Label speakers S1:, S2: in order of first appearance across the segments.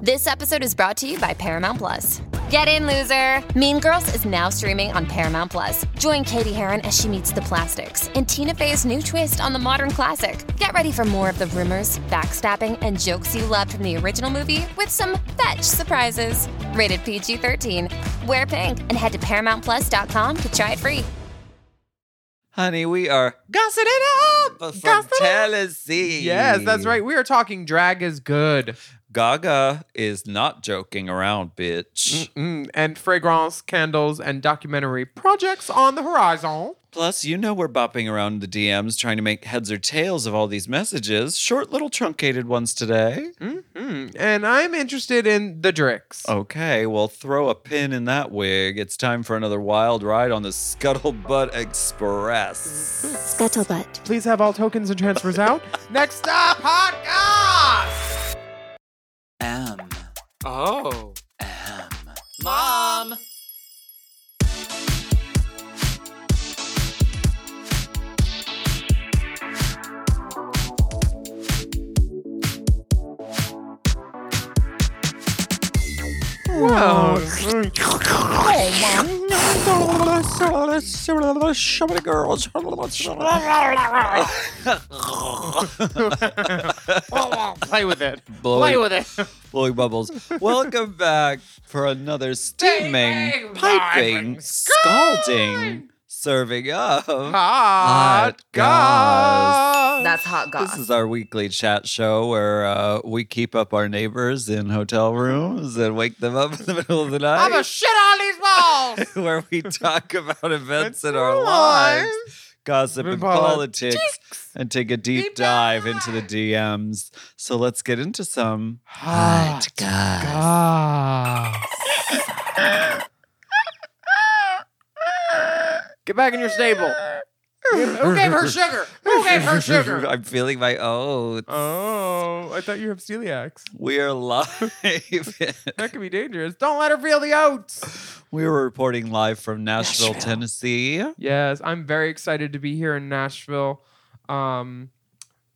S1: This episode is brought to you by Paramount Plus. Get in, loser! Mean Girls is now streaming on Paramount Plus. Join Katie Heron as she meets the plastics in Tina Fey's new twist on the modern classic. Get ready for more of the rumors, backstabbing, and jokes you loved from the original movie with some fetch surprises. Rated PG 13. Wear pink and head to ParamountPlus.com to try it free.
S2: Honey, we are gossiping it up from Tennessee.
S3: Yes, that's right. We are talking drag is good.
S2: Gaga is not joking around, bitch.
S3: Mm, and fragrance, candles, and documentary projects on the horizon.
S2: Plus, you know we're bopping around the DMs trying to make heads or tails of all these messages. Short little truncated ones today.
S3: Mm, And I'm interested in the Dricks.
S2: Okay, well, throw a pin in that wig. It's time for another wild ride on the Scuttlebutt Express.
S4: Scuttlebutt.
S3: Please have all tokens and transfers out. Next up, podcast.
S2: M.
S5: Oh.
S2: M.
S5: Mom!
S3: Play with it.
S2: Blowing-
S3: it.
S2: blowing bubbles. Welcome back for another steaming,
S3: Steaming,
S2: piping,
S3: piping,
S2: scalding serving of.
S3: Hot
S2: Hot
S3: goss.
S6: That's hot goss.
S2: This is our weekly chat show where uh, we keep up our neighbors in hotel rooms and wake them up in the middle of the
S3: I'm a
S2: night.
S3: shit on these balls.
S2: where we talk about events in our
S3: our
S2: lives,
S3: lives.
S2: gossip
S3: And
S2: and
S3: politics.
S2: politics, and take a deep,
S3: Deep
S2: dive into the DMs. So let's get into some
S3: Hot
S2: goss.
S3: Ah. Get back in your stable. Who gave her sugar? Who gave her sugar?
S2: I'm feeling my oats.
S3: Oh, I thought you have celiacs.
S2: We are live.
S3: That could be dangerous. Don't let her feel the oats.
S2: we were reporting live from Nashville, Tennessee.
S3: Yes, I'm very excited to be here in Nashville. Um,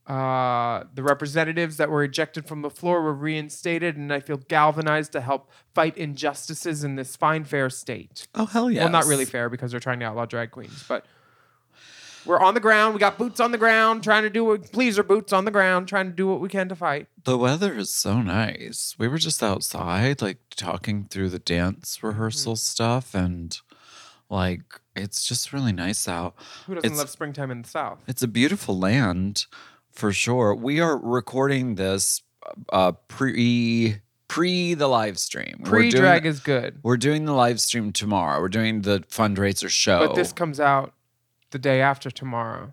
S3: uh, the representatives that were ejected from the floor were reinstated, and I feel galvanized to help fight injustices in this fine, fair state.
S2: Oh hell yeah!
S3: Well, not really fair because they're trying to outlaw drag queens, but we're on the ground. We got boots on the ground, trying to do what please are boots on the ground, trying to do what we can to fight.
S2: The weather is so nice. We were just outside, like talking through the dance
S3: Mm-hmm.
S2: rehearsal stuff, and like it's just really nice out.
S3: Who doesn't
S2: It's-
S3: love springtime in the South?
S2: It's a beautiful land for sure. We are recording this uh pre pre the live stream. We're
S3: Pre
S2: doing-
S3: drag is good,
S2: We're doing the live stream tomorrow. We're doing the fundraiser show.
S3: but this comes out the day after tomorrow.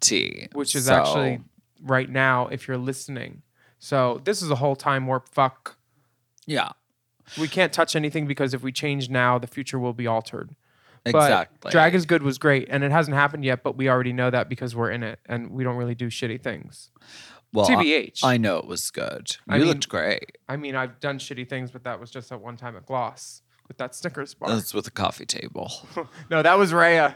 S2: tea,
S3: which is
S2: So,
S3: actually right now if you're listening. So this is a whole time warp fuck.
S2: yeah,
S3: We can't touch anything because if we change now, the future will be altered. But
S2: exactly.
S3: Drag is good was great, and it hasn't happened yet, but we already know that because we're in it, and we don't really do shitty things.
S2: well,
S3: TBH.
S2: I, I know it was good. You
S3: I mean-
S2: looked great.
S3: I mean, I've done shitty things, but that was just at one time at Gloss with that Snickers bar.
S2: That's with the coffee table.
S3: no, that was Raya.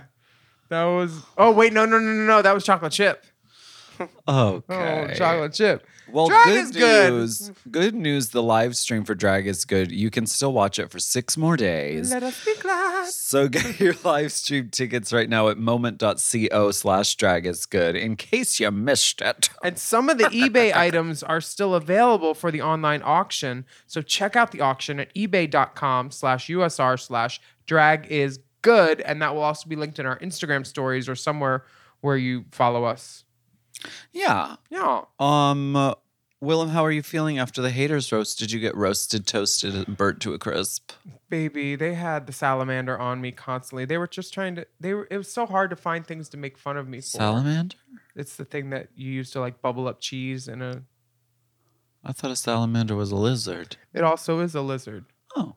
S3: That was. Oh wait, no, no, no, no, no. That was chocolate chip. Oh,
S2: Okay.
S3: chocolate chip.
S2: Well,
S3: Drag
S2: good
S3: is good.
S2: news. Good news. The live stream for Drag is good. You can still watch it for six more days.
S3: Let us be glad.
S2: So get your live stream tickets right now at moment.co slash drag is good in case you missed it.
S3: And some of the eBay items are still available for the online auction. So check out the auction at ebay.com slash USR slash drag is good. And that will also be linked in our Instagram stories or somewhere where you follow us.
S2: Yeah.
S3: Yeah.
S2: Um Willem, how are you feeling after the haters roast? Did you get roasted, toasted, and burnt to a crisp?
S3: Baby, they had the salamander on me constantly. They were just trying to they were it was so hard to find things to make fun of me for.
S2: Salamander?
S3: It's the thing that you use to like bubble up cheese in a
S2: I thought a salamander was a lizard.
S3: It also is a lizard.
S2: Oh,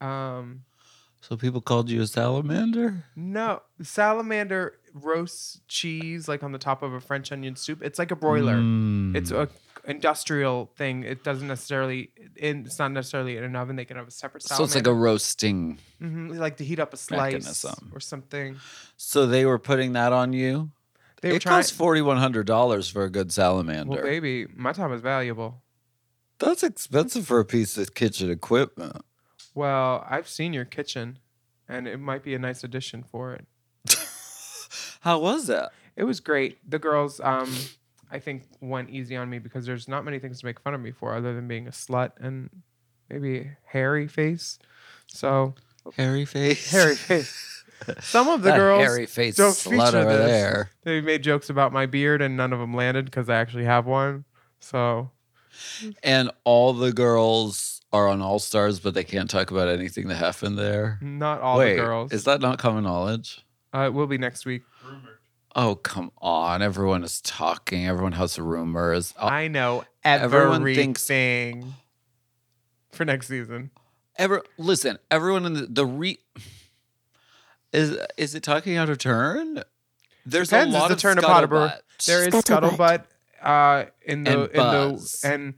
S3: Um,
S2: so people called you a salamander?
S3: no, salamander roasts cheese like on the top of a French onion soup. It's like a broiler.
S2: Mm.
S3: It's a industrial thing. It doesn't necessarily. In, it's not necessarily in an oven. They can have a separate.
S2: So it's like a roasting.
S3: hmm like to heat up a slice
S2: Mechanism.
S3: or something.
S2: So they were putting that on you.
S3: They were
S2: it
S3: trying.
S2: costs forty one hundred dollars for a good salamander.
S3: well, baby, my time is valuable.
S2: That's expensive for a piece of kitchen equipment.
S3: Well, I've seen your kitchen, and it might be a nice addition for it.
S2: How was that?
S3: It was great. The girls, um, I think, went easy on me because there's not many things to make fun of me for other than being a slut and maybe hairy face. So
S2: Hairy face.
S3: hairy face. Some of the
S2: That
S3: girls
S2: hairy face
S3: don't
S2: slut
S3: feature
S2: over
S3: this.
S2: there.
S3: They made jokes about my beard, and none of them landed because I actually have one. So
S2: And all the girls are on All Stars, but they can't talk about anything that happened there.
S3: not all
S2: Wait,
S3: the girls.
S2: Is that not common knowledge?
S3: uh, it will be next week.
S2: Oh, come on. Everyone is talking. Everyone has rumors. Uh,
S3: I know
S2: everyone
S3: everything
S2: thinks-
S3: for next season.
S2: Ever listen, everyone in the, the re is is it talking out of turn? There's
S3: Depends,
S2: a
S3: is
S2: lot
S3: the
S2: of
S3: turn a pot or bur-
S2: scuttlebutt.
S3: There is
S4: Scuttlebutt.
S3: scuttlebutt uh, in the
S2: And
S3: in the
S2: buzz.
S3: and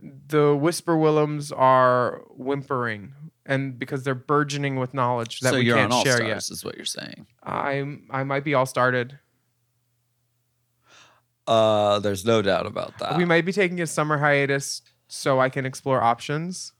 S3: the whisper Willems are whimpering and because they're burgeoning with knowledge that
S2: so
S3: we
S2: you're
S3: can't
S2: on All
S3: share
S2: Stars,
S3: yet.
S2: is what you're saying.
S3: I'm I might be all started.
S2: Uh, there's no doubt about that.
S3: we might be taking a summer hiatus so I can explore options.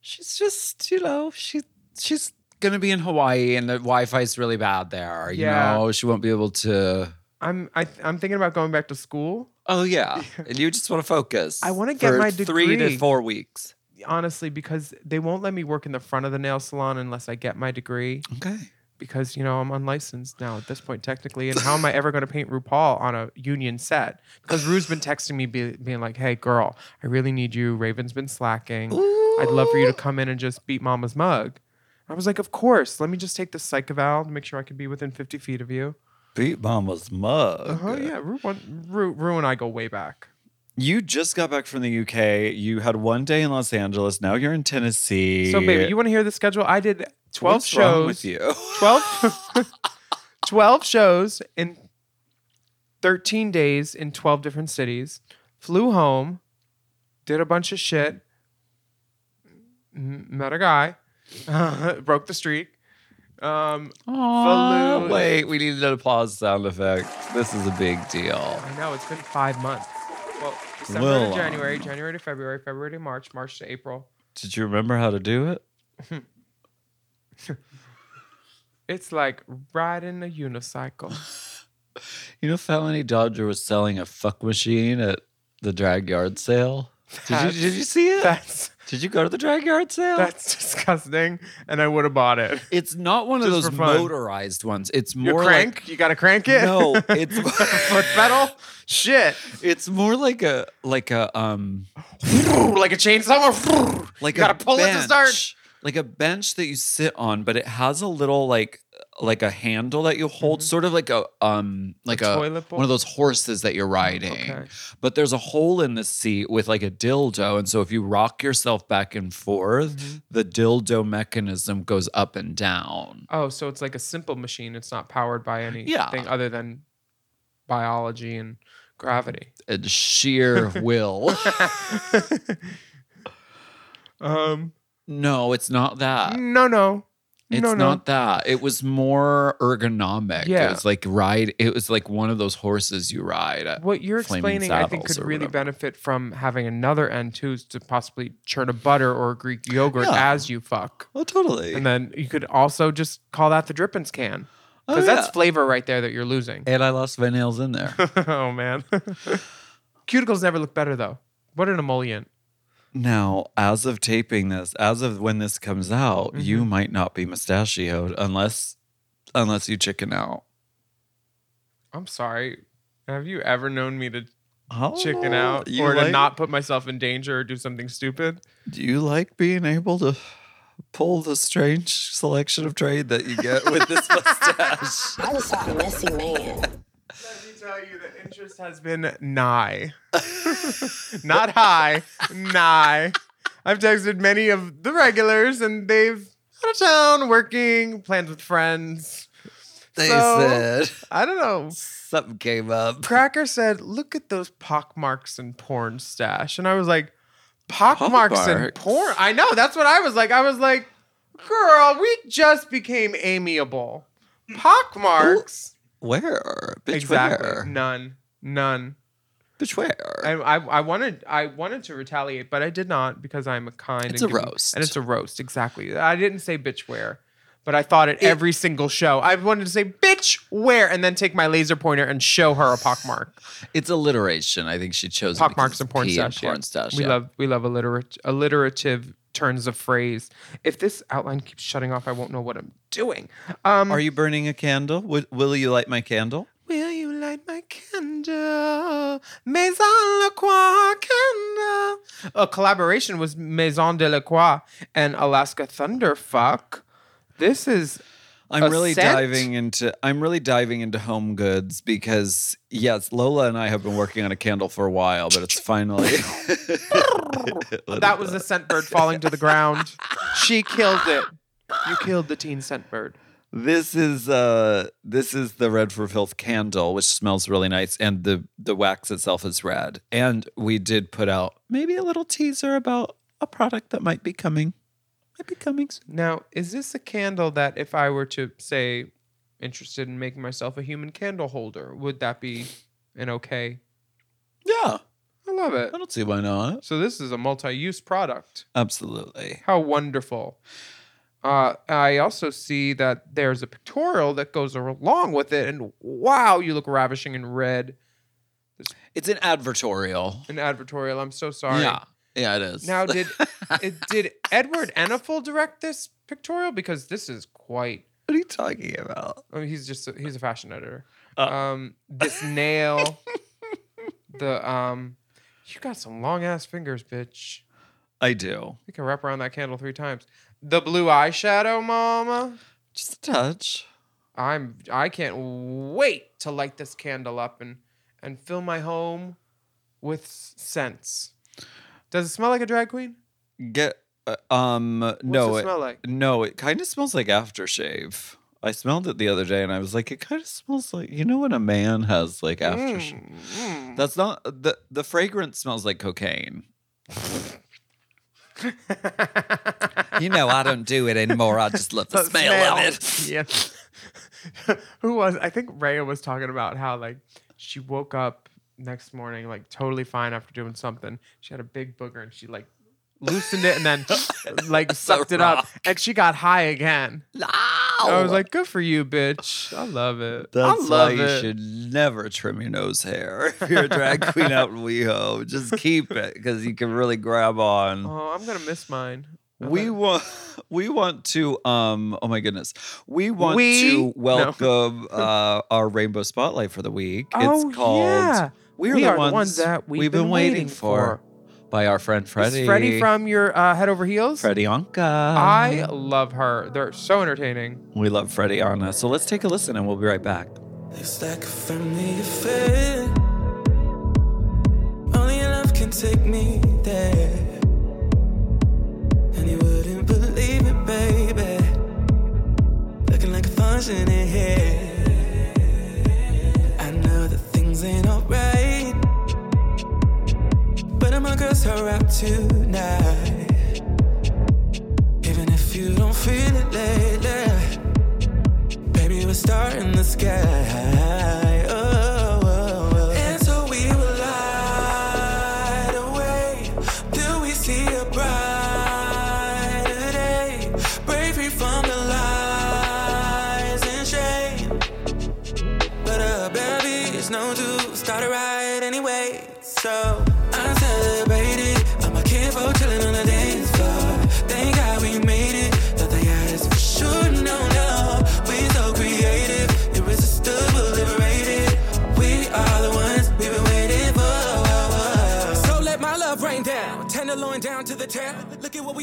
S2: she's just you know she she's gonna be in Hawaii and the Wi-Fi is really bad there. You
S3: Yeah.
S2: know she won't be able to.
S3: I'm I, th- I'm thinking about going back to school.
S2: Oh yeah, and you just want to focus.
S3: I wanna get
S2: for
S3: my
S2: three to
S3: degree.
S2: four weeks.
S3: honestly because they won't let me work in the front of the nail salon unless I get my degree
S2: Okay.
S3: because you know I'm unlicensed now at this point technically and how am I ever going to paint RuPaul on a union set because Rue's been texting me be, being like hey girl I really need you Raven's been slacking I'd love for you to come in and just beat mama's mug I was like of course let me just take the psych eval to make sure I can be within 50 feet of you
S2: Beat Mama's mug.
S3: oh yeah Rue, want- Rue, Rue and I go way back
S2: You just got back from the UK. You had one day in Los Angeles. Now you're in Tennessee.
S3: so baby you want to hear the schedule I did 12
S2: What's
S3: shows
S2: wrong with you.
S3: 12, 12 shows in 13 days in 12 different cities. Flew home, did a bunch of shit, m- met a guy, broke the streak. Um,
S2: Aw,
S3: Flew-
S2: wait, we need an applause sound effect. This is a big deal.
S3: I know it's been five months. Well, December
S2: Well,
S3: to January,
S2: um,
S3: January to February, February to March, March to April.
S2: Did you remember how to do it?
S3: It's like riding a unicycle.
S2: You know, Felony Dodger was selling a fuck machine at the drag yard sale. Did you,
S3: That's-
S2: did you see it?
S3: That's
S2: Did you go to the drag yard sale?
S3: that's disgusting, and I would have bought it.
S2: it's not one of
S3: Just
S2: those
S3: for fun.
S2: motorized ones. It's
S3: Your
S2: more
S3: crank? you gotta crank it?
S2: No, it's-
S3: foot pedal. Shit.
S2: like it's more like a like a um
S3: like a chainsaw.
S2: like
S3: you gotta
S2: a
S3: pull
S2: bench,
S3: it to start.
S2: Like a bench that you sit on, but it has a little like like a handle that you hold,
S3: Mm-hmm.
S2: sort of like a um like a,
S3: toilet bowl? Mm,
S2: one of those horses that you're riding.
S3: Okay.
S2: But there's a hole in the seat with like a dildo, and so if you rock yourself back and forth,
S3: Mm-hmm.
S2: the dildo mechanism goes up and down.
S3: Oh, so it's like a simple machine. It's not powered by anything
S2: Yeah.
S3: other than biology and gravity.
S2: At sheer will.
S3: Um,
S2: no, it's not that.
S3: no, no.
S2: It's
S3: Mm, no, no.
S2: not that. It was more ergonomic. It
S3: Yeah.
S2: was like ride. It was like one of those horses you ride. at
S3: what you're
S2: Flaming
S3: explaining, I think,
S2: Saddles
S3: could
S2: or
S3: really
S2: whatever.
S3: benefit from having another end too, is to possibly churn a butter or a Greek yogurt
S2: Yeah.
S3: as you fuck.
S2: Oh, totally.
S3: And then you could also just call that the drippings can.
S2: Oh,
S3: Because that's
S2: yeah.
S3: flavor right there that you're losing.
S2: and I lost my nails in there.
S3: oh, man. Cuticles never look better, though. What an emollient.
S2: now, as of taping this, as of when this comes out,
S3: Mm-hmm.
S2: you might not be mustachioed unless unless you chicken out.
S3: I'm sorry. Have you ever known me to
S2: Oh,
S3: chicken out
S2: you
S3: or to
S2: like-
S3: not put myself in danger or do something stupid?
S2: Do you like being able to pull the strange selection of trade that you get with this mustache?
S6: I was a messy man.
S3: Let me tell you that interest has been nigh. Not high, nigh. I've texted many of the regulars and they've out of town, working, plans with friends.
S2: They
S3: So-
S2: said
S3: I don't know.
S2: something came up.
S3: Cracker said, "Look at those pockmarks and porn stash," and I was like, "Pockmarks and
S2: Pockmarks?
S3: porn." I know that's what I was like. I was like, "Girl, we just became amiable." Pockmarks,
S2: Where? Bitch,
S3: exactly.
S2: where?
S3: None, none.
S2: Bitch, where?
S3: I, I, I wanted, I wanted to retaliate, but I did not because I'm a kind.
S2: It's
S3: and
S2: a
S3: giving-
S2: roast.
S3: and it's a roast. Exactly. I didn't say bitch where, but I thought at every single show. I wanted to say bitch where, and then take my laser pointer and show her a pockmark.
S2: it's alliteration. I think she chose it because
S3: pockmarks
S2: it's
S3: and porn
S2: P
S3: stash. yeah.
S2: porn stash,
S3: We
S2: yeah.
S3: love we love alliterat- alliterative turns of phrase. If this outline keeps shutting off, I won't know what I'm doing. Um,
S2: Are you burning a candle? Would, will you light my candle?
S3: will you light my candle, Maison La Croix candle? A collaboration was Maison de la Croix and Alaska Thunderfuck. This is
S2: I'm
S3: A
S2: really
S3: scent?
S2: diving into I'm really diving into home goods because yes, Lola and I have been working on a candle for a while, but it's finally
S3: that was the scent bird falling to the ground. She killed it. You killed the teen scent bird.
S2: This is uh this is the red for filth candle, which smells really nice, and the the wax itself is red. And we did put out maybe a little teaser about a product that might be coming, might be coming. Soon.
S3: Now, is this a candle that if I were to say interested in making myself a human candle holder, would that be an okay?
S2: Yeah,
S3: I love it.
S2: I don't see why not.
S3: So this is a multi-use product.
S2: Absolutely.
S3: How wonderful. Uh, I also see that there's a pictorial that goes along with it, and wow, you look ravishing in red.
S2: It's an advertorial.
S3: An advertorial. I'm so sorry.
S2: Yeah, yeah, it is.
S3: Now, did it, did Edward Enfield direct this pictorial? Because this is quite
S2: what are you talking about?
S3: Oh, he's just a, he's a fashion editor.
S2: Oh.
S3: Um, this nail, the um, you got some long ass fingers, bitch.
S2: I do.
S3: You can wrap around that candle three times. The blue eyeshadow, mama.
S2: Just a touch.
S3: I'm I can't wait to light this candle up and and fill my home with s- scents. Does it smell like a drag queen?
S2: Get uh, um
S3: What's
S2: no
S3: it,
S2: it,
S3: smell like?
S2: no it kind of smells like aftershave. I smelled it the other day and I was like it kind of smells like you know when a man has like aftershave.
S3: Mm, mm.
S2: That's not the the fragrance smells like cocaine. You know I don't do it anymore. I just love the, smell, of it.
S3: Yeah. Who was? I think Raya was talking about how like she woke up next morning like totally fine after doing something. She had a big booger and she like loosened it and then like sucked it up and she got high again. I was like, good for you, bitch. I love it.
S2: Oh That's
S3: I love
S2: why
S3: it.
S2: you should never trim your nose hair if you're a drag queen out in WeHo. Just keep it because you can really grab on.
S3: Oh, I'm gonna miss mine. I
S2: We
S3: love-
S2: want we want to um oh my goodness. We want
S3: We-
S2: to
S3: No.
S2: welcome uh our rainbow spotlight for the week.
S3: Oh,
S2: it's called
S3: yeah.
S2: We're
S3: We
S2: the,
S3: are
S2: ones
S3: the ones that we've been waiting for.
S2: by our friend
S3: It's
S2: Freddie.
S3: Freddie from your uh, Head Over Heels.
S2: Freddie Anka.
S3: I love her. They're so entertaining.
S2: we love Freddie Anna. So let's take a listen and we'll be right back.
S6: It's like a family affair. Only love can take me there. And you wouldn't believe it, baby. Looking like a function in here. I know that things ain't alright. But I'm a girl's her up tonight. Even if you don't feel it lately. Baby, we're starting the sky. Oh, oh, oh. And so we were light away till we see a brighter day. Break free from the lies and shame. But a baby is known to start a riot anyway. So I celebrated. I'm a kid for chilling on the dance floor. Thank God we made it. Thought the eyes for sure. No, no. We so creative. Irresistible, liberated. We are the ones we've been waiting for. So let my love rain down. Tenderloin down to the town. Look at what we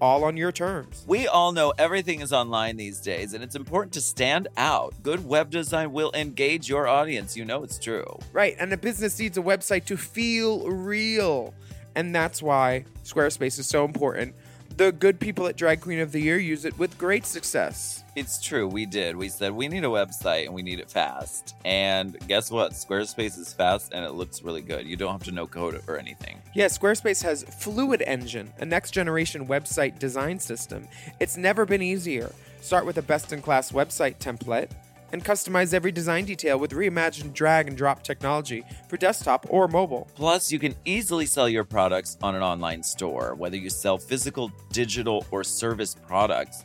S3: all on your terms.
S7: We all know everything is online these days, and it's important to stand out. Good web design will engage your audience. You know it's true.
S3: Right, and a business needs a website to feel real. And that's why Squarespace is so important. The good people at Drag Queen of the Year use it with great success.
S7: It's true. We did. We said we need a website and we need it fast. And guess what? Squarespace is fast and it looks really good. You don't have to know code or anything.
S3: Yeah, Squarespace has Fluid Engine, a next generation website design system. It's never been easier. Start with a best in class website template and customize every design detail with reimagined drag and drop technology for desktop or mobile.
S7: Plus, you can easily sell your products on an online store. Whether you sell physical, digital, or service products,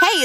S8: Hey,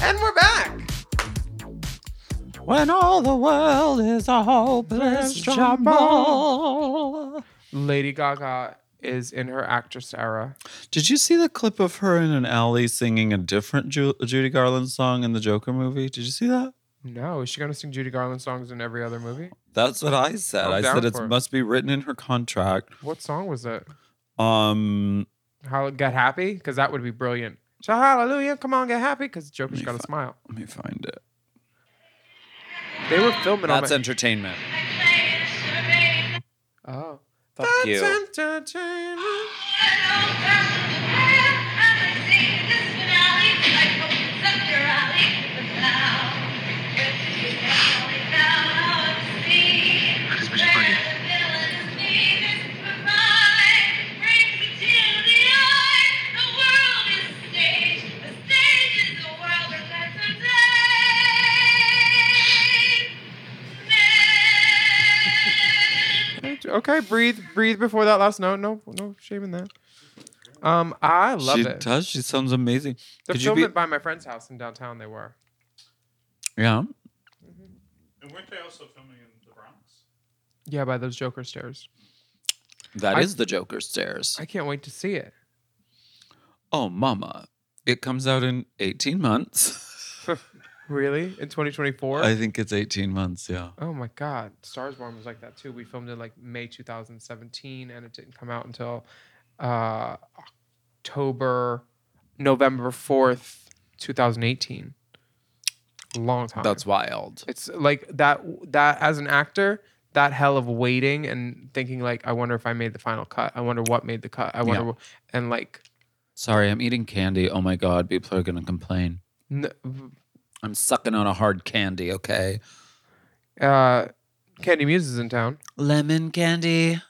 S3: And we're back.
S2: When all the world is a hopeless jumble.
S3: Lady Gaga is in her actress era.
S2: Did you see the clip of her in an alley singing a different Ju- Judy Garland song in the Joker movie? Did you see that?
S3: No, is she going to sing Judy Garland songs in every other movie?
S2: That's what I said.
S3: I'm
S2: I
S3: down
S2: said it
S3: for it.
S2: must be written in her contract.
S3: What song was it?
S2: Um,
S3: How Get Happy? Because that would be brilliant. So hallelujah, come on, get happy, because Joker's got a smile.
S2: let me find it.
S3: They were filming
S2: That's
S3: on
S2: entertainment.
S3: my- Oh.
S2: Fuck you.
S3: entertainment. Okay, breathe, breathe before that last note. No, no shame in that. Um, I love
S2: she
S3: it.
S2: does. She sounds amazing.
S3: They
S2: Could you
S3: filmed
S2: be-
S3: it by my friend's house in downtown. They were.
S2: yeah.
S3: Yeah, by those Joker stairs.
S2: that is
S3: I-
S2: the Joker stairs.
S3: I can't wait to see it.
S2: oh, mama. It comes out in 18 months.
S3: Really? In 2024?
S2: I think it's 18 months. Yeah.
S3: oh my God. Stars Born was like that too. We filmed it like May 2017 and it didn't come out until uh, October, November 4th, 2018. Long time.
S2: That's wild.
S3: It's like that that as an actor, that hell of waiting and thinking like, I wonder if I made the final cut. I wonder what made the cut. I wonder
S2: Yeah.
S3: wh- and like
S2: Sorry, I'm eating candy. Oh my God, people are going to complain.
S3: n-
S2: I'm sucking on a hard candy, okay?
S3: uh Candy Muse is in town.
S2: Lemon candy.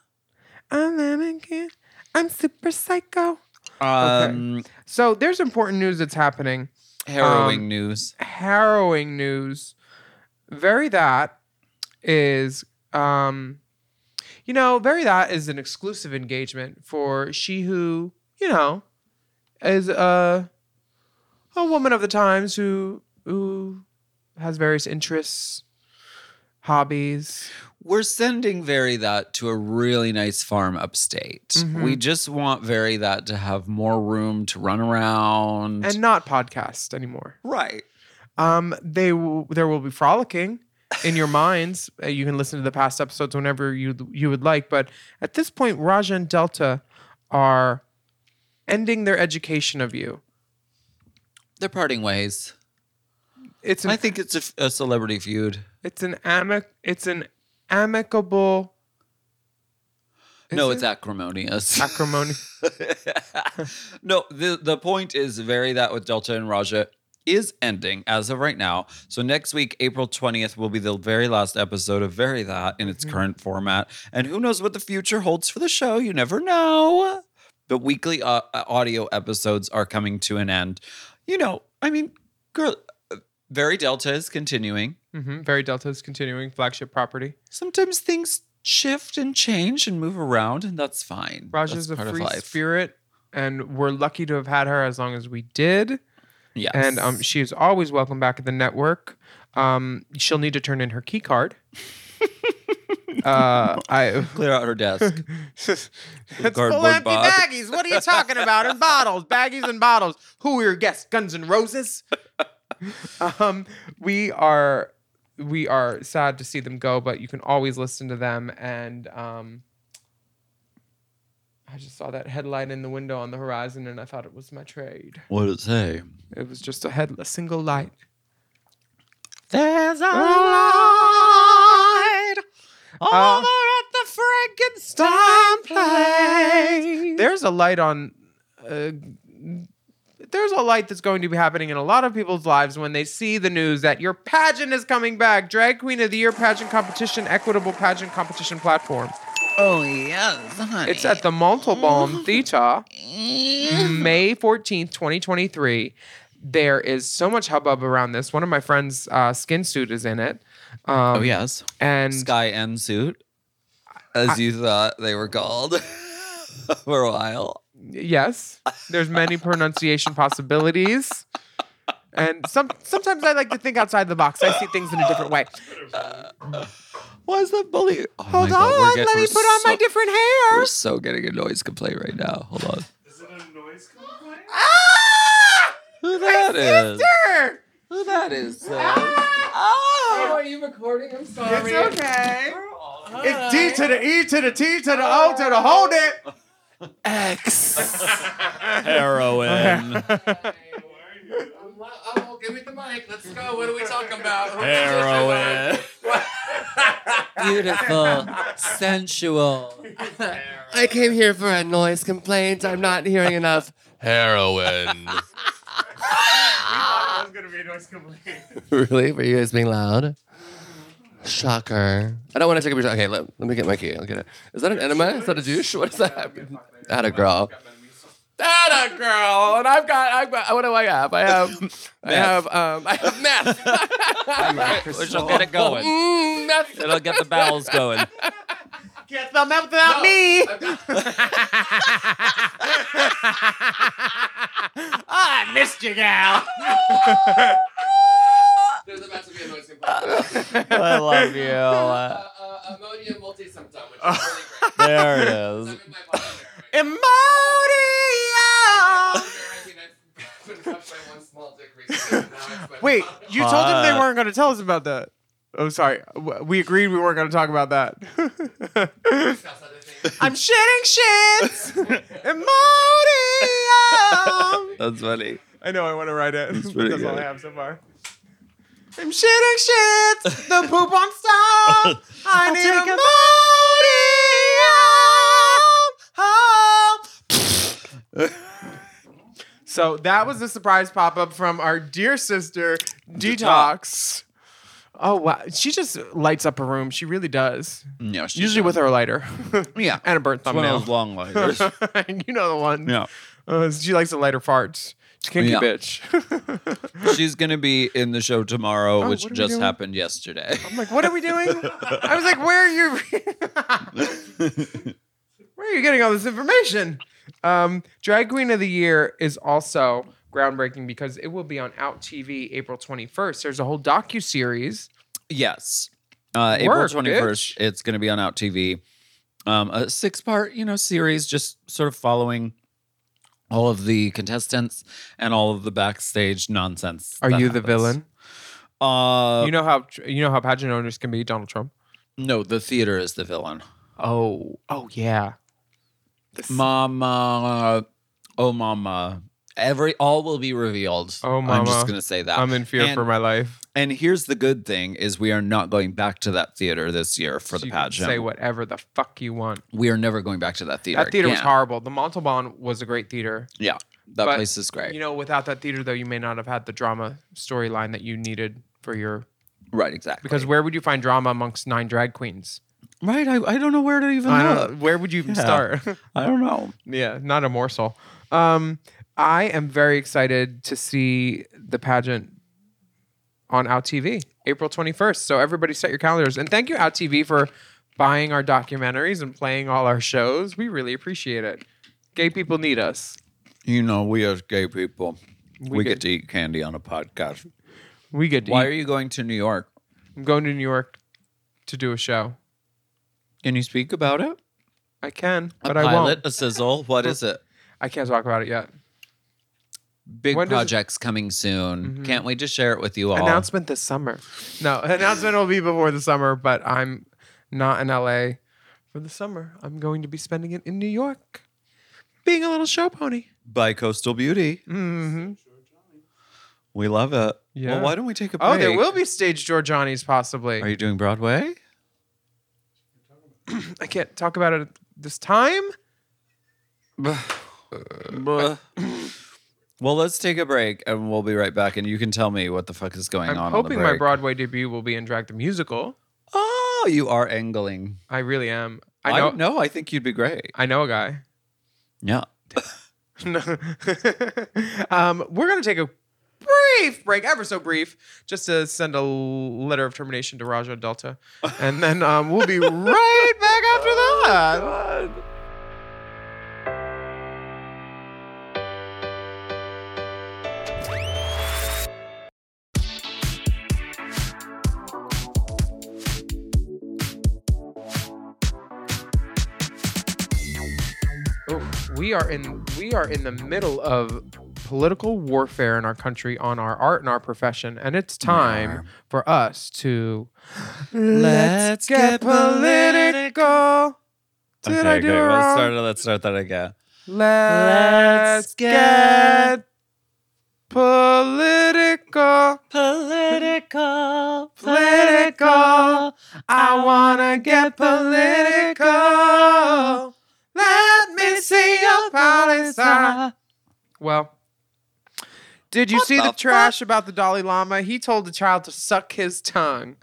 S3: I'm lemon can. I'm super psycho.
S2: Um,
S3: So there's important news that's happening.
S2: Harrowing
S3: Um,
S2: news.
S3: Harrowing news. Very that is um you know, very that is an exclusive engagement for she who, you know, is a a woman of the times who who has various interests, hobbies.
S2: We're sending Very That to a really nice farm upstate.
S3: Mhm.
S2: We just want Very That to have more room to run around.
S3: and not podcast anymore.
S2: Right.
S3: Um, they w- there will be frolicking in your minds. Uh, You can listen to the past episodes whenever you you would like, but at this point, Raja and Delta are ending their education of you.
S2: They're parting ways.
S3: It's an,
S2: I think it's a, a celebrity feud.
S3: it's an amic it's an amicable
S2: no, it's acrimonious.
S3: acrimony.
S2: no, the the point is very that with Delta and Raja is ending as of right now. So next week, April 20th, will be the very last episode of Very That in
S3: Mm-hmm.
S2: its current format. And who knows what the future holds for the show? You never know. The weekly uh, audio episodes are coming to an end. You know, I mean, girl, uh, Very Delta is continuing.
S3: hmm Very Delta is continuing flagship property.
S2: Sometimes things shift and change and move around, and that's fine.
S3: Raja's a
S2: That's part of
S3: free
S2: life.
S3: spirit, and we're lucky to have had her as long as we did.
S2: Yes.
S3: And um, she is always welcome back at the network. Um, she'll need to turn in her key card. uh, I
S2: clear out her desk.
S3: That's full
S2: Cardboard
S3: empty
S2: box.
S3: baggies. What are you talking about? And bottles, baggies, and bottles. Who are your guests? Guns and Roses. um, we are we are sad to see them go, but you can always listen to them. And um, I just saw that headline in the window on the horizon, and I thought it was my trade.
S2: What did it say?
S3: It was just a head, a single light.
S2: There's a light
S3: Uh,
S2: at the Frankenstein place.
S3: There's a light on. Uh, there's a light that's going to be happening in a lot of people's lives when they see the news that your pageant is coming back. Drag Queen of the Year pageant competition, equitable pageant competition platform.
S2: Oh yes, honey.
S3: It's at the Montalbaum Theater,
S2: Mm-hmm.
S3: May 14th, 2023. There is so much hubbub around this. One of my friends' uh, skin suit is in it. Um,
S2: oh yes,
S3: And
S2: Sky M suit, as you thought they were called for a while.
S3: Yes. There's many pronunciation possibilities. And some sometimes I like to think outside the box. I see things in a different way.
S2: Why's that bully? Oh my
S3: Hold
S2: God, we're
S3: on,
S2: get-
S3: let me
S2: we're
S3: put on my
S2: so-
S3: different
S2: We're
S3: hair.
S2: so getting a noise complaint right now. Hold on.
S9: Ah!
S2: Who that is?
S3: Sister!
S2: Who that is? uh,
S3: Oh, are you recording? I'm sorry. It's okay.
S9: It's D to the E to the T to the O to the hold it.
S2: heroin.
S5: Oh, give me the mic. Let's go. What are we talking about?
S2: heroin. Beautiful, sensual.
S9: I came here for a noise complaint. I'm not hearing enough.
S5: Heroin.
S9: really? Were you guys being loud? Shocker. I don't want to take a picture. Okay, let, let me get my key. I'll get it. Is that an enema? Is that a douche? What is that? That a girl. That a girl. And I've got, I've got, what do I have? I have, I have, um, I have meth.
S2: Which will get it going.
S9: Mm, meth.
S2: It'll get the bowels going.
S3: Can't spell mouth without me. I missed you, gal.
S9: There's about to be a noise complaint.
S2: I love you.
S9: uh, ammonia multi-symptom, which is really great.
S2: There it is.
S3: Emodia. Wait, you told them they
S2: Hot.
S3: weren't going to tell us about that. Oh, sorry. W- We agreed we weren't going to talk about that. I'm shitting shits. Emotium.
S2: That's funny.
S3: I know I want to write it. That's
S2: pretty
S3: all
S2: good.
S3: I have so far. I'm shitting shits. The poop on stop. I need a Help. so that was the surprise pop up from our dear sister Detox. Oh wow, she just lights up a room. She really does.
S2: Yeah, she
S3: Usually with her lighter.
S2: Yeah.
S3: and a burnt
S2: It's one of
S3: thumbnail.
S2: those long lighters.
S3: you know the one.
S2: Yeah.
S3: Uh, she likes to light her farts. She's a kinky
S2: Yeah.
S3: bitch.
S2: She's going to be in the show tomorrow,
S3: Oh,
S2: which
S3: what are we
S2: just
S3: doing?
S2: happened yesterday.
S3: I'm like, what are we doing? I was like, where are you? where are you getting all this information? Um, Drag Queen of the Year is also groundbreaking because it will be on Out TV April 21st. There's a whole docu series.
S2: Yes. Uh, April
S3: Work,
S2: 21st, it's going to be on Out TV. Um, a six part, you know, series just sort of following all of the contestants and all of the backstage nonsense.
S3: Are
S2: that
S3: you the
S2: happens.
S3: villain?
S2: Uh,
S3: you know how you know how pageant owners can be Donald Trump.
S2: No, the theater is the villain.
S3: Oh, oh yeah.
S2: Mama, oh mama, every all will be revealed.
S3: Oh,
S2: I'm
S3: mama.
S2: just gonna say that
S3: I'm in fear
S2: And-
S3: for my life.
S2: And here's the good thing: is we are not going back to that theater this year for
S3: So
S2: the
S3: you can
S2: pageant.
S3: Say whatever the fuck you want.
S2: We are never going back to that theater.
S3: that theater was
S2: again.
S3: horrible. The Montalban was a great theater.
S2: Yeah, that
S3: But,
S2: place is great.
S3: You know, without that theater though, you may not have had the drama storyline that you needed for your
S2: right, exactly.
S3: because where would you find drama amongst nine drag queens?
S2: Right, I, I don't know where to even
S3: I
S2: look.
S3: don't- where would you even
S2: Yeah.
S3: start?
S2: I don't know.
S3: yeah, not a morsel. Um, I am very excited to see the pageant on Out TV, April 21st. So everybody set your calendars. And thank you, Out TV, for buying our documentaries and playing all our shows. We really appreciate it. Gay people need us.
S2: You know, we as gay people, we,
S3: We
S2: get,
S3: get-
S2: to eat candy on a podcast.
S3: We get to
S2: Why
S3: eat-
S2: are you going to New York?
S3: I'm going to New York to do a show.
S2: Can you speak about it?
S3: I can,
S2: A
S3: but I
S2: pilot,
S3: won't.
S2: a sizzle. What is it?
S3: I can't talk about it yet.
S2: Big
S3: When does it- Mm-hmm.
S2: projects coming soon. Can't wait to share it with you all.
S3: Announcement this summer. No, announcement will be before the summer, but I'm not in LA for the summer. I'm going to be spending it in New York, being a little show pony.
S2: by Coastal Beauty.
S3: Mm-hmm.
S2: We love it.
S3: Yeah.
S2: Well, why don't we take a break?
S3: Oh, there will be stage Georgiani's possibly.
S2: Are you doing Broadway?
S3: I can't talk about it this time.
S2: well, let's take a break and we'll be right back and you can tell me what the fuck is going on.
S3: I'm
S2: on the
S3: hoping my
S2: break.
S3: Broadway debut will be in Drag the Musical.
S2: Oh, you are angling.
S3: I really am.
S2: I
S3: I know.
S2: don't know. I think you'd be great.
S3: I know a guy.
S2: Yeah.
S3: No. um, we're gonna take a brief break, ever so brief, just to send a letter of termination to Raja Delta, and then um, we'll be right back after that. Oh, we are in we are in the middle of political warfare in our country on our art and our profession, and it's time for us to
S2: Let's get
S3: political. Did I do it
S2: Let's
S3: wrong?
S2: start, let's start that again.
S3: Let's get political.
S2: Political.
S3: Political. I wanna get political. Let me see your policy. Well, did you see the, trash about the Dalai Lama? He told the child to suck his tongue.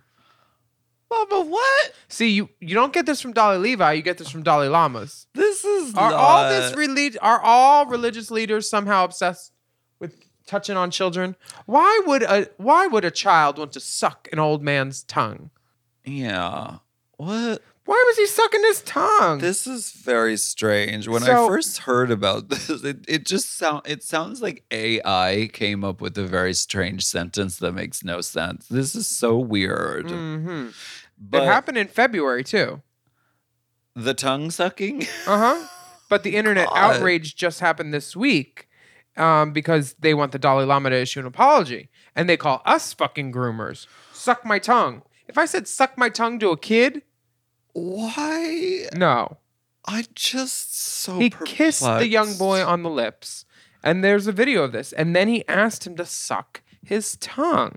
S2: Mama, what?
S3: See, you you don't get this from Dalai Levi. You get this from Dalai Lamas.
S2: This is
S3: Are all this
S2: not-
S3: relig- Are all religious leaders somehow obsessed with touching on children? Why would a Why would a child want to suck an old man's tongue?
S2: Yeah. What?
S3: Why was he sucking his tongue?
S2: This is very strange. When I
S3: So-
S2: first heard about this, it, it just sound it sounds like AI came up with a very strange sentence that makes no sense. This is so weird.
S3: hmm
S2: But
S3: it happened in February too.
S2: the tongue sucking?
S3: Uh huh. But the internet
S2: God.
S3: outrage just happened this week um, because they want the Dalai Lama to issue an apology and they call us fucking groomers. Suck my tongue. If I said suck my tongue to a kid,
S2: Why?
S3: no.
S2: I just so
S3: he kissed the young boy on the lips and there's a video of this. And then he asked him to suck his tongue.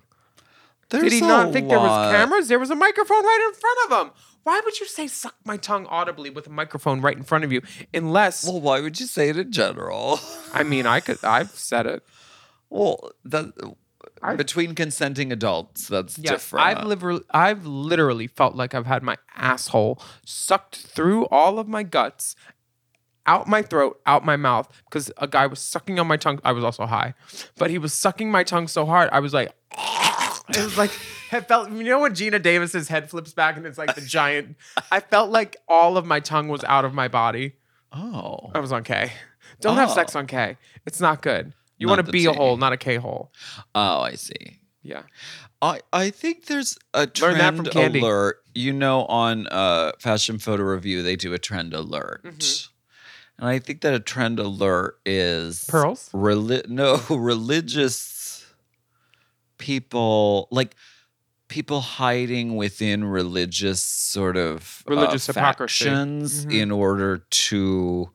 S3: Did he not think there was cameras? There was a microphone right in front of him. Why would you say suck my tongue audibly with a microphone right in front of you unless
S2: Well, why would you say it in general?
S3: I mean, I could. I've said it.
S2: well, that
S3: I-
S2: between consenting adults, that's
S3: Yes,
S2: different.
S3: I've literally, I've literally felt like I've had my asshole sucked through all of my guts, out my throat, out my mouth, because a guy was sucking on my tongue. I was also high, but he was sucking my tongue so hard, I was like, it was like, it felt. You know when Gina Davis's head flips back and it's like the giant. I felt like all of my tongue was out of my body.
S2: oh.
S3: I was on K. Don't have
S2: Oh.
S3: sex on K. It's not good. You
S2: Not
S3: want to
S2: the
S3: be a
S2: T.
S3: hole, not a K hole.
S2: Oh, I see.
S3: Yeah.
S2: I, I think there's a
S3: Learn
S2: trend
S3: that from Candy.
S2: alert. You know, on uh, Fashion Photo Review, they do a trend alert.
S3: Mm-hmm.
S2: And I think that a trend alert is
S3: Pearls?
S2: Reli- no, religious people, like people hiding within religious sort of uh,
S3: Religious hypocrisy.
S2: factions
S3: Mhm.
S2: in order to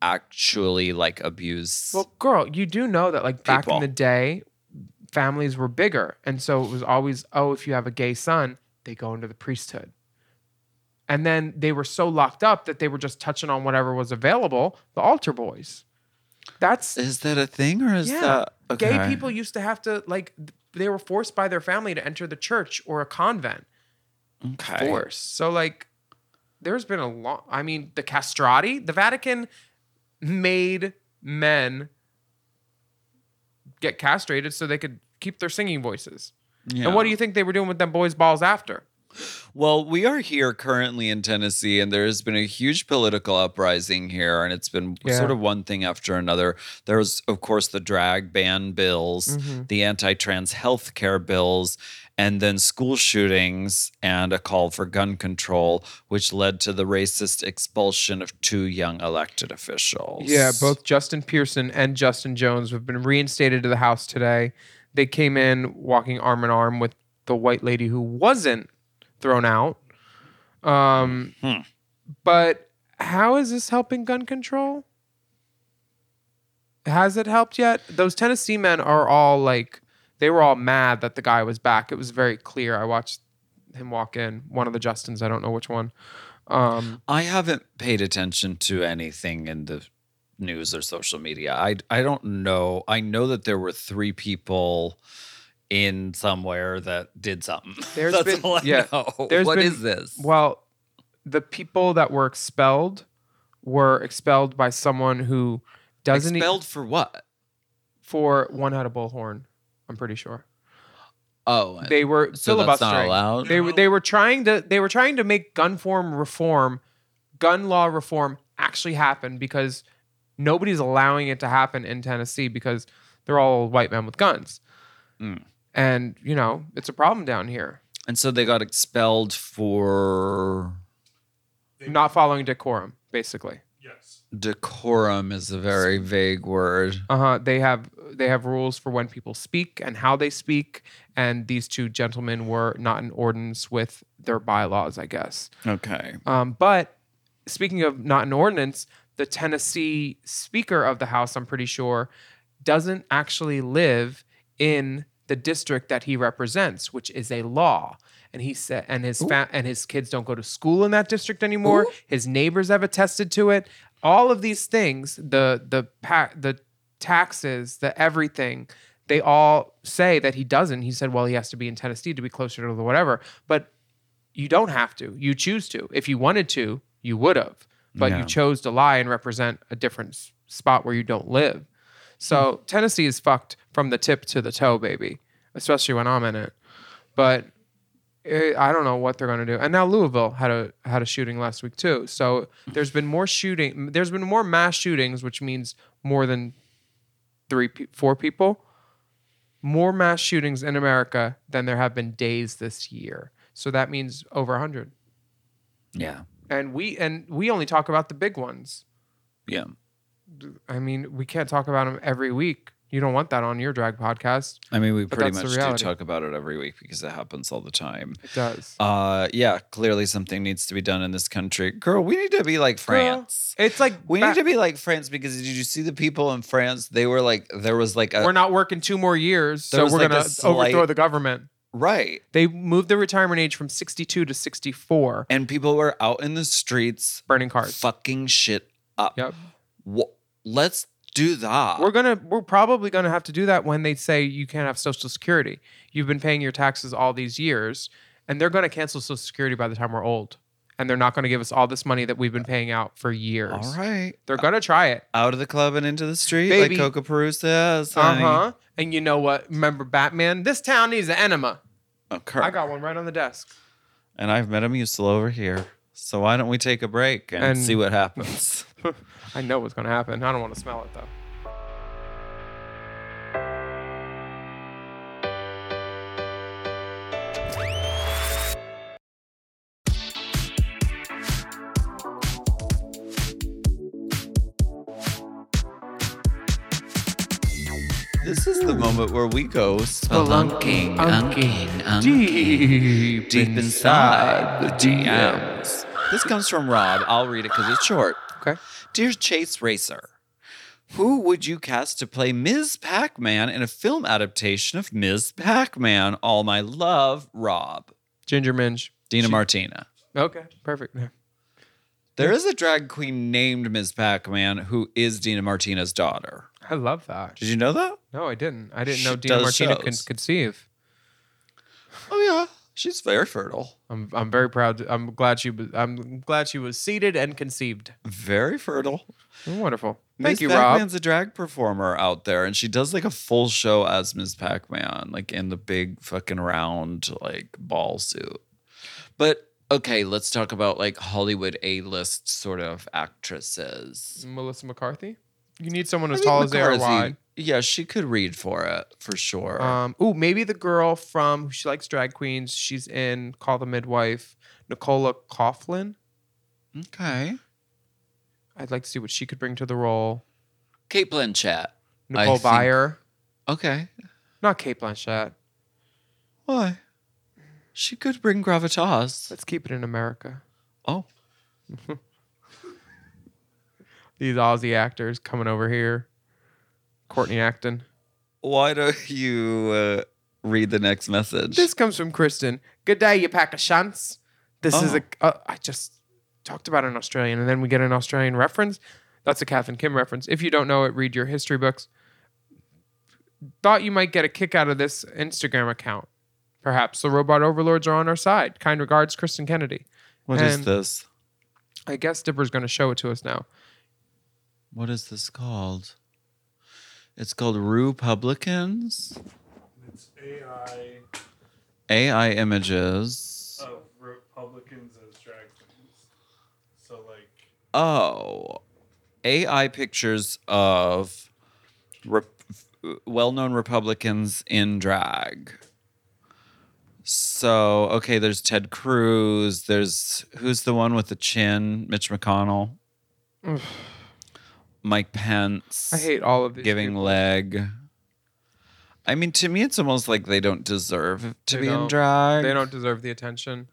S2: actually like abuse.
S3: Well, girl, you do know that like back in
S2: People.
S3: the day, families were bigger, and so it was always, oh, if you have a gay son, they go into the priesthood. And then they were so locked up that they were just touching on whatever was available, the altar boys. That's
S2: is that a thing or is
S3: yeah.
S2: that
S3: Gay people used to have to like th- they were forced by their family to enter the church or a convent.
S2: Okay.
S3: Forced. So like there's been a long I mean the castrati, the Vatican made men get castrated so they could keep their singing voices.
S2: Yeah.
S3: And what do you think they were doing with them boys balls after?
S2: Well, we are here currently in Tennessee, and there has been a huge political uprising here, and it's been
S3: Yeah.
S2: sort of one thing after another. There was, of course, the drag ban bills,
S3: Mhm.
S2: the anti trans health care bills, and then school shootings and a call for gun control, which led to the racist expulsion of two young elected officials.
S3: Yeah, both Justin Pearson and Justin Jones have been reinstated to the House today. They came in walking arm in arm with the white lady who wasn't thrown out. Um, But how is this helping gun control? Has it helped yet? Those Tennessee men are all like, they were all mad that the guy was back. It was very clear. I watched him walk in, one of the Justins, I don't know which one. Um,
S2: I haven't paid attention to anything in the news or social media. I I don't know. I know that there were three people in somewhere that did something.
S3: There's
S2: That's
S3: been
S2: all I
S3: yeah.
S2: know.
S3: There's
S2: What
S3: been-
S2: is this?
S3: Well, the people that were expelled were expelled by someone who doesn't e-
S2: expelled for what?
S3: for one had a bullhorn. I'm pretty sure
S2: Oh,
S3: they were
S2: so that's
S3: filibustering.
S2: not allowed.
S3: They were they were trying to they were trying to make gun form reform, gun law reform actually happen because nobody's allowing it to happen in Tennessee because they're all white men with guns,
S2: Mm.
S3: and you know it's a problem down here.
S2: And so they got expelled for
S3: Not following decorum, basically.
S2: decorum is a very vague word.
S3: Uh-huh. They have they have rules for when people speak and how they speak. And these two gentlemen were not in ordinance with their bylaws, I guess.
S2: Okay.
S3: Um, but speaking of not in ordinance, the Tennessee Speaker of the House, I'm pretty sure, doesn't actually live in the district that he represents, which is a law. And he said, and his fa- and his kids don't go to school in that district anymore. His neighbors have attested to it. All of these things, the the pa- the taxes, the everything, they all say that he doesn't. He said, well, he has to be in Tennessee to be closer to the whatever. But you don't have to. You choose to. If you wanted to, you would have. But
S2: Yeah.
S3: you chose to lie and represent a different s- spot where you don't live. So Tennessee is fucked from the tip to the toe, baby, especially when I'm in it. But eh, I don't know what they're going to do. And now Louisville had a had a shooting last week too. So there's been more shooting. There's been more mass shootings, which means more than three, pe- four people more mass shootings in America than there have been days this year. So that means over 100.
S2: Yeah.
S3: And we and we only talk about the big ones.
S2: Yeah.
S3: I mean, we can't talk about them every week. You don't want that on your drag podcast.
S2: I mean, we
S3: But
S2: pretty
S3: that's the
S2: much do
S3: reality.
S2: talk about it every week because it happens all the time.
S3: It does.
S2: Uh, yeah, clearly something needs to be done in this country. Girl, we need to be like France.
S3: Girl, it's like
S2: We need to be like France because did you see the people in France? They were like, there was like a
S3: we're not working two more years,
S2: There
S3: so
S2: was
S3: we're
S2: like
S3: gonna
S2: a
S3: overthrow
S2: slight-
S3: the government.
S2: right,
S3: They moved the retirement age from 62 to 64,
S2: and people were out in the streets
S3: burning cars.
S2: fucking shit up.
S3: Yep.
S2: Wha- let's do that.
S3: We're gonna we're probably gonna have to do that when they say you can't have social security. You've been paying your taxes all these years, and they're gonna cancel social security by the time we're old. And they're not gonna give us all this money that we've been paying out for years.
S2: all right,
S3: They're gonna try it.
S2: out of the club and into the street,
S3: Baby.
S2: like Coca Peru says.
S3: Uh huh. And you know what? Remember Batman? This town needs an enema.
S2: Okay.
S3: I got one right on the desk.
S2: Oh, and I've met him. He's still over here. So why don't we take a break and,
S3: And-
S2: see what happens?
S3: I know what's gonna happen. I don't want to smell it though.
S2: This is the moment where we go
S3: Spelunking,
S2: spelunking, unking, unking, deep, inside the DMs. This comes from Rob. I'll read it because it's short.
S9: Okay.
S2: Dear Chase Racer, who would you cast to play Ms. Pac Man in a film adaptation of Ms. Pac Man? All my love, Rob.
S3: Ginger Minge.
S2: Dina Martina.
S3: Okay, perfect. Yeah.
S2: There is a drag queen named Ms. Pac Man who is Dina Martina's daughter.
S3: I love that.
S2: Did you know that?
S3: No, I didn't. I didn't know
S2: She
S3: Dina
S2: does
S3: Martina could
S2: shows.
S3: conceive.
S2: Oh, yeah. She's very fertile.
S3: I'm I'm very proud. I'm glad she was. I'm glad she was seated and conceived.
S2: Very fertile.
S3: Wonderful. Thank
S2: Ms.
S3: you, Rob.
S2: Pac-Man's a drag performer out there, and she does like a full show as Ms. Pac-Man, like in the big fucking round like ball suit. But okay, let's talk about like Hollywood A-list sort of actresses.
S3: Melissa McCarthy. You need someone
S2: I
S3: as
S2: think
S3: tall as they are
S2: McCarthy-
S3: wide.
S2: Yeah, she could read for it for sure.
S3: Um, ooh, maybe the girl from she likes drag queens. She's in Call the Midwife. Nicola Coughlin.
S2: okay,
S3: I'd like to see what she could bring to the role.
S2: Kate Blanchett. I
S3: Nicole
S2: think-
S3: Byer.
S2: Okay,
S3: Not Kate Blanchett.
S2: why? She could bring gravitas.
S3: Let's keep it in America.
S2: Oh,
S3: These Aussie actors coming over here. Courtney Acton.
S2: why don't you uh, read the next message?
S3: This comes from Kristen. Good day, you pack of shunts. This is a. Uh, I just talked about an Australian, and then we get an Australian reference. That's a Kath and Kim reference. If you don't know it, read your history books. Thought you might get a kick out of this Instagram account. Perhaps the robot overlords are on our side. Kind regards, Kristen Kennedy.
S2: What is
S3: And
S2: this?
S3: I guess Dipper's going to show it to us now.
S2: What is this called? It's called Republicans.
S10: It's AI
S2: AI images.
S10: of Republicans as drag queens. So like
S2: Oh, AI pictures of rep- well-known Republicans in drag. So okay, there's Ted Cruz. There's who's the one with the chin? Mitch McConnell.
S3: Ugh.
S2: Mike Pence.
S3: I hate all of these
S2: Giving leg. I mean, to me, it's almost like they don't deserve to
S3: They
S2: be in
S3: don't-
S2: drag.
S3: They don't deserve the attention.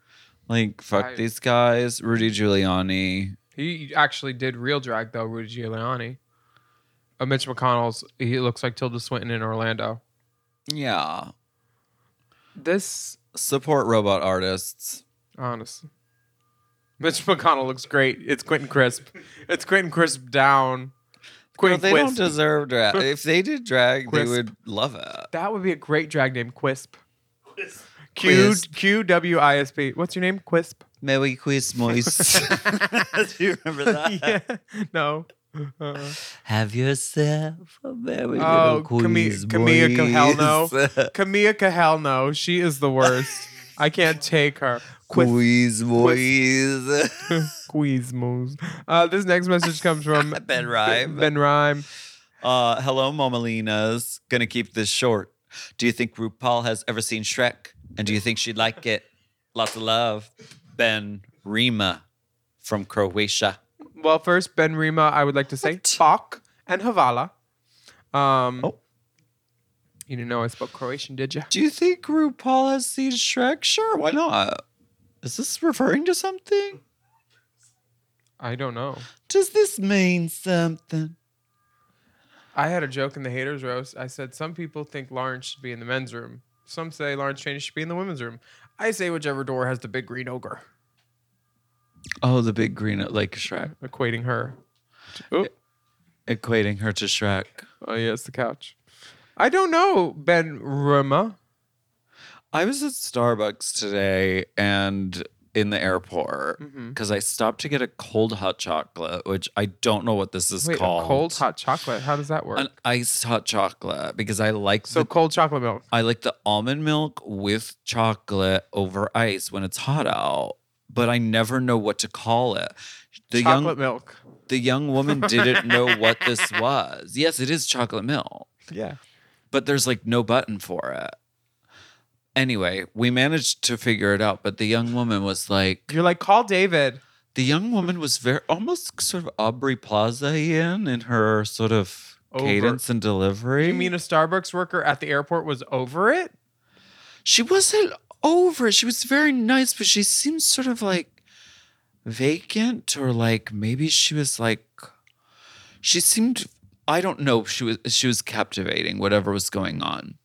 S2: Like, fuck
S3: I-
S2: these guys. Rudy Giuliani.
S3: He actually did real drag though, Rudy Giuliani. Uh, Mitch McConnell's he looks like Tilda Swinton in Orlando.
S2: Yeah.
S3: This
S2: Support robot artists.
S3: honestly. Mitch McConnell looks great. It's Quentin Crisp. It's Quentin Crisp down.
S2: Well,
S3: Quentin
S2: they
S3: Quisp.
S2: don't deserve drag. if they did drag,
S3: Quisp.
S2: they would love it.
S3: that would be a great drag name, Quisp. Q Q W I S P. What's your name? Quisp.
S2: Merry Christmas. Do you remember that?
S3: yeah. No. Uh-uh.
S2: Have yourself a merry
S3: Oh,
S2: little
S3: Camille,
S2: Christmas.
S3: Camille Cahell, no. Camille Cahell, no. She is the worst. I can't take her.
S2: Quiz, boys.
S3: Quizmos. Uh, this next message comes from
S2: Ben Rhyme.
S3: Ben Rhyme.
S2: Uh, hello, Mamalinas. Gonna keep this short. Do you think RuPaul has ever seen Shrek? And do you think she'd like it? Lots of love. Ben Rima from Croatia.
S3: Well, first, Ben Rima, I would like to say Bach and Havala. Um, You didn't know I spoke Croatian, did you?
S2: Do you think RuPaul has seen Shrek? Sure, why not? Is this referring to something?
S3: I don't know.
S2: Does this mean something?
S3: I had a joke in the haters roast. I said some people think Lawrence should be in the men's room. Some say Lawrence Cheney should be in the women's room. I say whichever door has the big green ogre,
S2: Oh, the big green like Shrek,
S3: equating her.
S2: equating her to Shrek.
S3: Oh yeah, it's the couch. I don't know, Ben Rima.
S2: I was at Starbucks today and in the airport
S3: Mm-hmm.
S2: because I stopped to get a cold hot chocolate, which I don't know what this is
S3: Wait,
S2: called.
S3: a cold hot chocolate. How does that work?
S2: An iced hot chocolate because I like
S3: so
S2: the
S3: cold chocolate milk.
S2: I like the almond milk with chocolate over ice when it's hot out, but I never know what to call it. The
S3: chocolate
S2: young
S3: milk.
S2: the young woman didn't know what this was. Yes, it is chocolate milk
S3: Yeah.
S2: but there's like no button for it. Anyway, we managed to figure it out, but the young woman was like,
S3: You're like, call David.
S2: the young woman was very almost sort of Aubrey Plaza in in her sort of
S3: over.
S2: Cadence and delivery.
S3: You mean a Starbucks worker at the airport was over it?
S2: She wasn't over it. She was very nice, but she seemed sort of like vacant or like maybe she was like she seemed I don't know if she was she was captivating whatever was going on.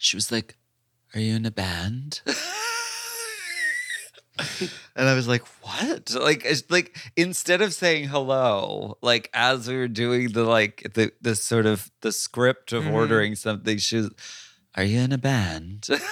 S2: She was like, "Are you in a band?" and I was like, "What?" Like it's- like instead of saying hello, like as we were doing the like the the sort of the script of
S7: Mhm.
S2: ordering something, she was, "Are you in a band?"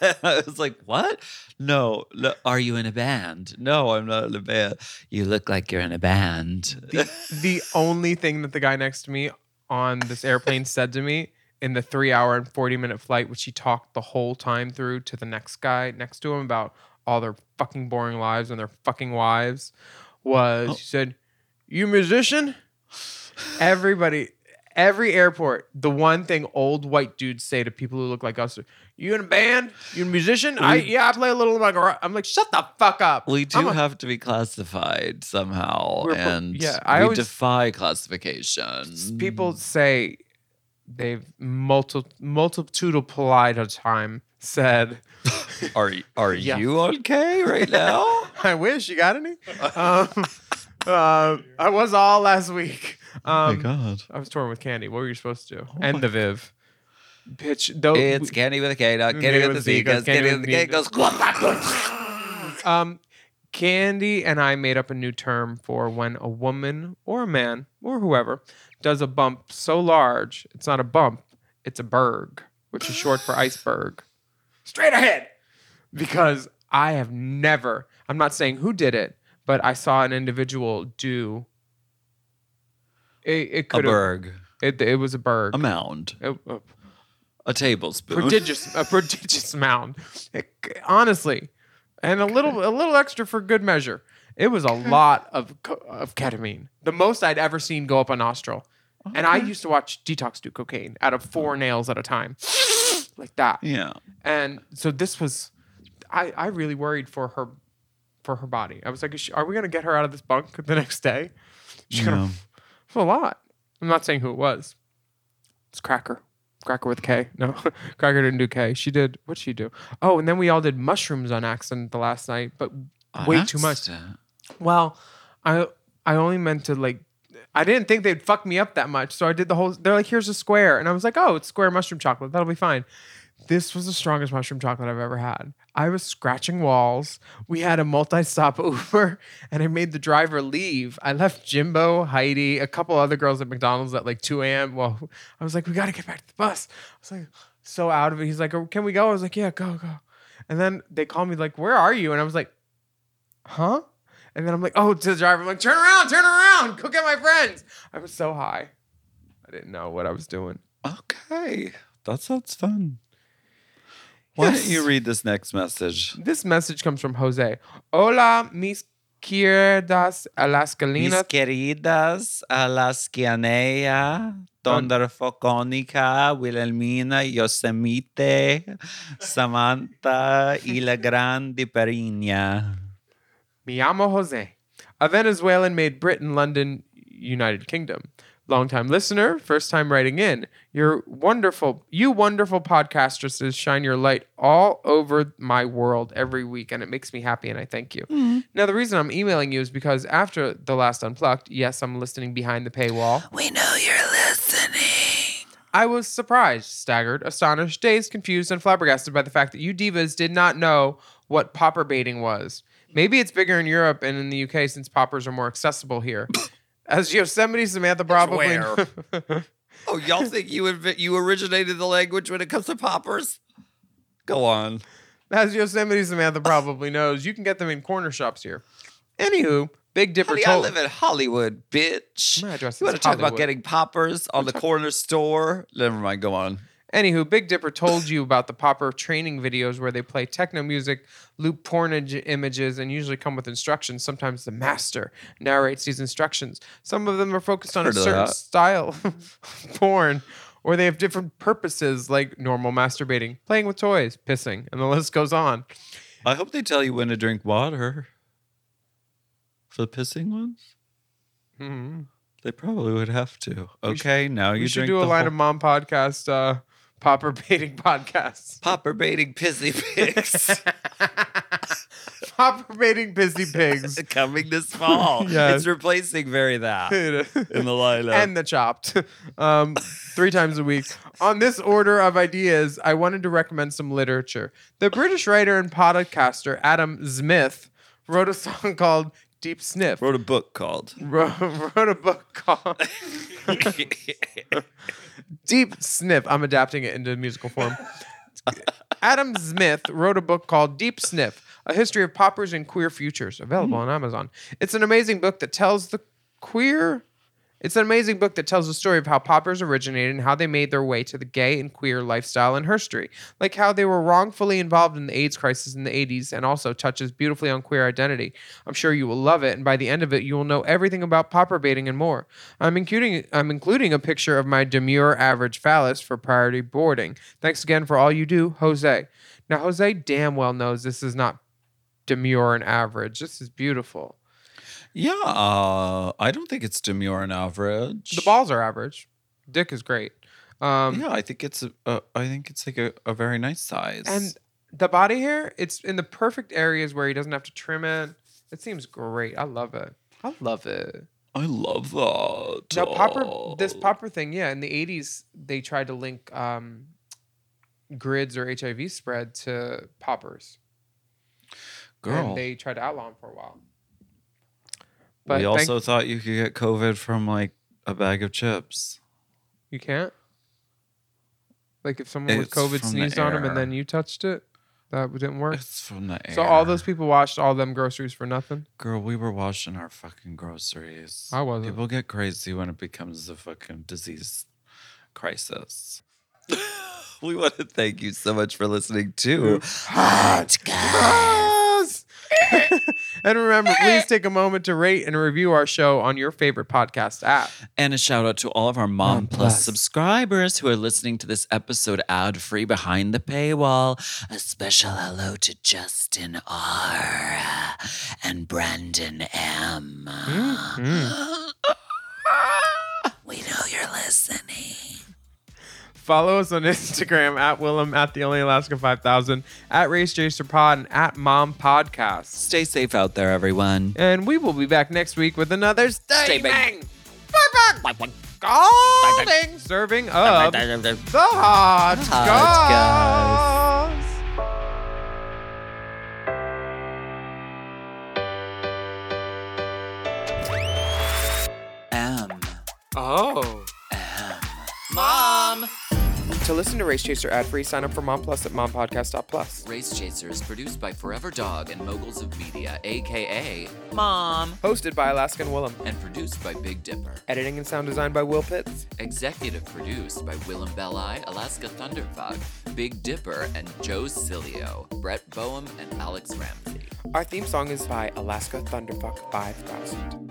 S2: And I was like, "What? No, no, are you in a band? No, I'm not in a band. You look like you're in a band."
S3: The, the only thing that the guy next to me on this airplane said to me in the three hour and 40 minute flight, which he talked the whole time through to the next guy next to him about all their fucking boring lives and their fucking wives, was he said, You musician? Everybody, every airport, the one thing old white dudes say to people who look like us, you in a band? You a musician? I
S2: We-
S3: yeah, I play a little in my garage. I'm like, shut the fuck up.
S2: We do
S3: I'm a-
S2: have to be classified somehow,
S3: We're pro-
S2: and
S3: yeah, I
S2: we
S3: always-
S2: defy classification.
S3: people say they've multi multitude of time said
S2: Are are
S3: Yeah. Oh
S2: you okay right now?
S3: I wish you got any. Um, uh, I was all last week.
S2: my
S3: Um,
S2: God.
S3: I was touring with Candy. What were you supposed to do?
S2: my-
S3: and the Viv, bitch. Though
S2: it's Candy with a K, not Candy Oh, with a Z, because Candy with a K goes.
S3: um, Candy and I made up a new term for when a woman or a man or whoever does a bump so large, it's not a bump, it's a berg, which is short for iceberg. Straight ahead! Because I have never, I'm not saying who did it, but I saw an individual do it, it
S2: A
S3: could
S2: berg,
S3: It, it was a berg.
S2: a mound,
S3: It- uh,
S2: a tablespoon.
S3: prodigious a prodigious mound. It- honestly, and a little a little extra for good measure. It was a lot of co- of ketamine, the most I'd ever seen go up a nostril. And I used to watch Detox do cocaine out of four nails at a time, like that.
S2: Yeah.
S3: And so this was, I I really worried for her, for her body. I was like, is she, are we gonna get her out of this bunk the next day? She's gonna. It's a lot. I'm not saying who it was. It's Cracker. Cracker with K. No, Cracker didn't do K. She did. What'd she do? Oh, and then we all did mushrooms on accident the last night, but
S2: On
S3: way too much.
S2: accident?
S3: Well, I I only meant to like. I didn't think they'd fuck me up that much, so I did the whole. They're like, "Here's a square," and I was like, "Oh, it's square mushroom chocolate. That'll be fine." This was the strongest mushroom chocolate I've ever had. I was scratching walls. We had a multi-stop Uber, and I made the driver leave. I left Jimbo, Heidi, a couple other girls at McDonald's at like 2 a.m. Well, I was like, "We got to get back to the bus." I was like, so out of it. He's like, "Oh, "Can we go?" I was like, "Yeah, go, go." And then they called me like, "Where are you?" And I was like, "Huh?" And then I'm like, "Oh, to the driver." I'm like, "Turn around, turn around, go get my friends." I was so high, I didn't know what I was doing.
S2: Okay, that sounds fun. Why don't you read this next message?
S3: This message comes from Jose. Hola, mis queridas
S2: Mis
S3: alaskalinas.
S2: queridas Alaskianea, Tondorfocónica, Wilhelmina, Yosemite, Samantha y la Grande Periña.
S3: Me llamo Jose. A Venezuelan made Britain, London, United Kingdom. Longtime listener, first time writing in. Your wonderful, you wonderful podcastresses shine your light all over my world every week, and it makes me happy, and I thank you. Now, the reason I'm emailing you is because after the last Unplugged, yes, I'm listening behind the paywall. We know you're listening. I was surprised, staggered, astonished, dazed, confused, and flabbergasted by the fact that you divas did not know what popper baiting was. Maybe it's bigger in Europe and in the UK since poppers are more accessible here. As Yosemite Samantha probably
S2: where? Oh, y'all think you inv- you originated the language when it comes to poppers? Go on.
S3: As Yosemite Samantha probably knows, you can get them in corner shops here. Anywho, Big Dipper
S2: Honey, I
S3: told
S2: live in Hollywood, bitch.
S3: My address
S2: you
S3: is
S2: want to talk about
S3: Hollywood.
S2: getting poppers on the corner store? Never mind. Go on.
S3: Anywho, Big Dipper told you about the popper training videos where they play techno music, loop porn ig- images, and usually come with instructions. Sometimes the master narrates these instructions. Some of them are focused on
S2: Heard
S3: a
S2: of
S3: certain
S2: that.
S3: style of porn, or they have different purposes like normal masturbating, playing with toys, pissing, and the list goes on.
S2: I hope they tell you when to drink water. For the pissing ones?
S3: Mhm.
S2: They probably would have to. Okay, now you
S3: we should
S2: drink
S3: do a
S2: the
S3: line
S2: whole-
S3: of mom podcast, uh, popper baiting podcasts.
S2: Popper baiting pissy pigs.
S3: popper baiting pissy pigs.
S2: Coming this fall.
S3: Yes.
S2: It's replacing very that
S3: It is.
S2: in the lineup.
S3: and the chopped um, three times a week. On this order of ideas, I wanted to recommend some literature. The British writer and podcaster Adam Smith wrote a song called Deep Sniff.
S2: Wrote a book called.
S3: Wrote, wrote a book called Deep Sniff. I'm adapting it into musical form. Adam Smith wrote a book called Deep Sniff A History of Poppers and Queer Futures, available on Amazon. It's an amazing book that tells the queer. It's an amazing book that tells the story of how poppers originated and how they made their way to the gay and queer lifestyle and history, like how they were wrongfully involved in the AIDS crisis in the 80s, and also touches beautifully on queer identity. I'm sure you will love it, and by the end of it, you will know everything about popper baiting and more. I'm including I'm including a picture of my demure average phallus for priority boarding. Thanks again for all you do, Jose. Now, Jose damn well knows this is not demure and average. This is beautiful.
S2: Yeah, uh, I don't think it's demure and average.
S3: The balls are average. Dick is great. Um,
S2: yeah, I think it's a, a, I think it's like a, a very nice size.
S3: And the body hair, it's in the perfect areas where he doesn't have to trim it. It seems great. I love it. I love it.
S2: I love that.
S3: Now, popper, this popper thing, yeah. In the '80s, they tried to link um, grids or HIV spread to poppers.
S2: Girl.
S3: and they tried to outlaw them for a while. but
S2: we
S3: thank-
S2: also thought you could get COVID from like a bag of chips.
S3: You can't. Like if someone with
S2: It's
S3: COVID
S2: from the
S3: sneezed on them
S2: air.
S3: and then you touched it, that didn't work.
S2: It's from the
S3: So all those people washed all them groceries for nothing.
S2: Girl, we were washing our fucking groceries.
S3: I wasn't.
S2: People get crazy when it becomes a fucking disease crisis. we want to thank you so much for listening to Hot
S3: Yes. and remember, please take a moment to rate and review our show on your favorite podcast app.
S2: And a shout out to all of our Mom, Plus subscribers who are listening to this episode ad free behind the paywall. A special hello to Justin R uh, and Brandon M. we know you're listening.
S3: Follow us on Instagram at Willem at the Only Alaska 5000 at Race Chaser Pod and at Mom Podcast.
S2: Stay safe out there, everyone.
S3: And we will be back next week with another Stay Bang Golden serving of the Hot
S2: Hot
S3: Goss.
S2: M.
S3: Oh. Mom. To listen to Race Chaser ad free, sign up for Mom Plus at mompodcast.plus.
S11: Race Chaser is produced by Forever Dog and Moguls of Media, aka
S3: Mom. Hosted by Alaskan Willem.
S11: and produced by Big Dipper.
S3: Editing and sound design by Will Pitts.
S11: Executive produced by Willem Belli, Alaska Thunderfuck, Big Dipper, and Joe Cilio, Brett Boehm, and Alex Ramsey.
S3: Our theme song is by Alaska Thunderfuck 5000.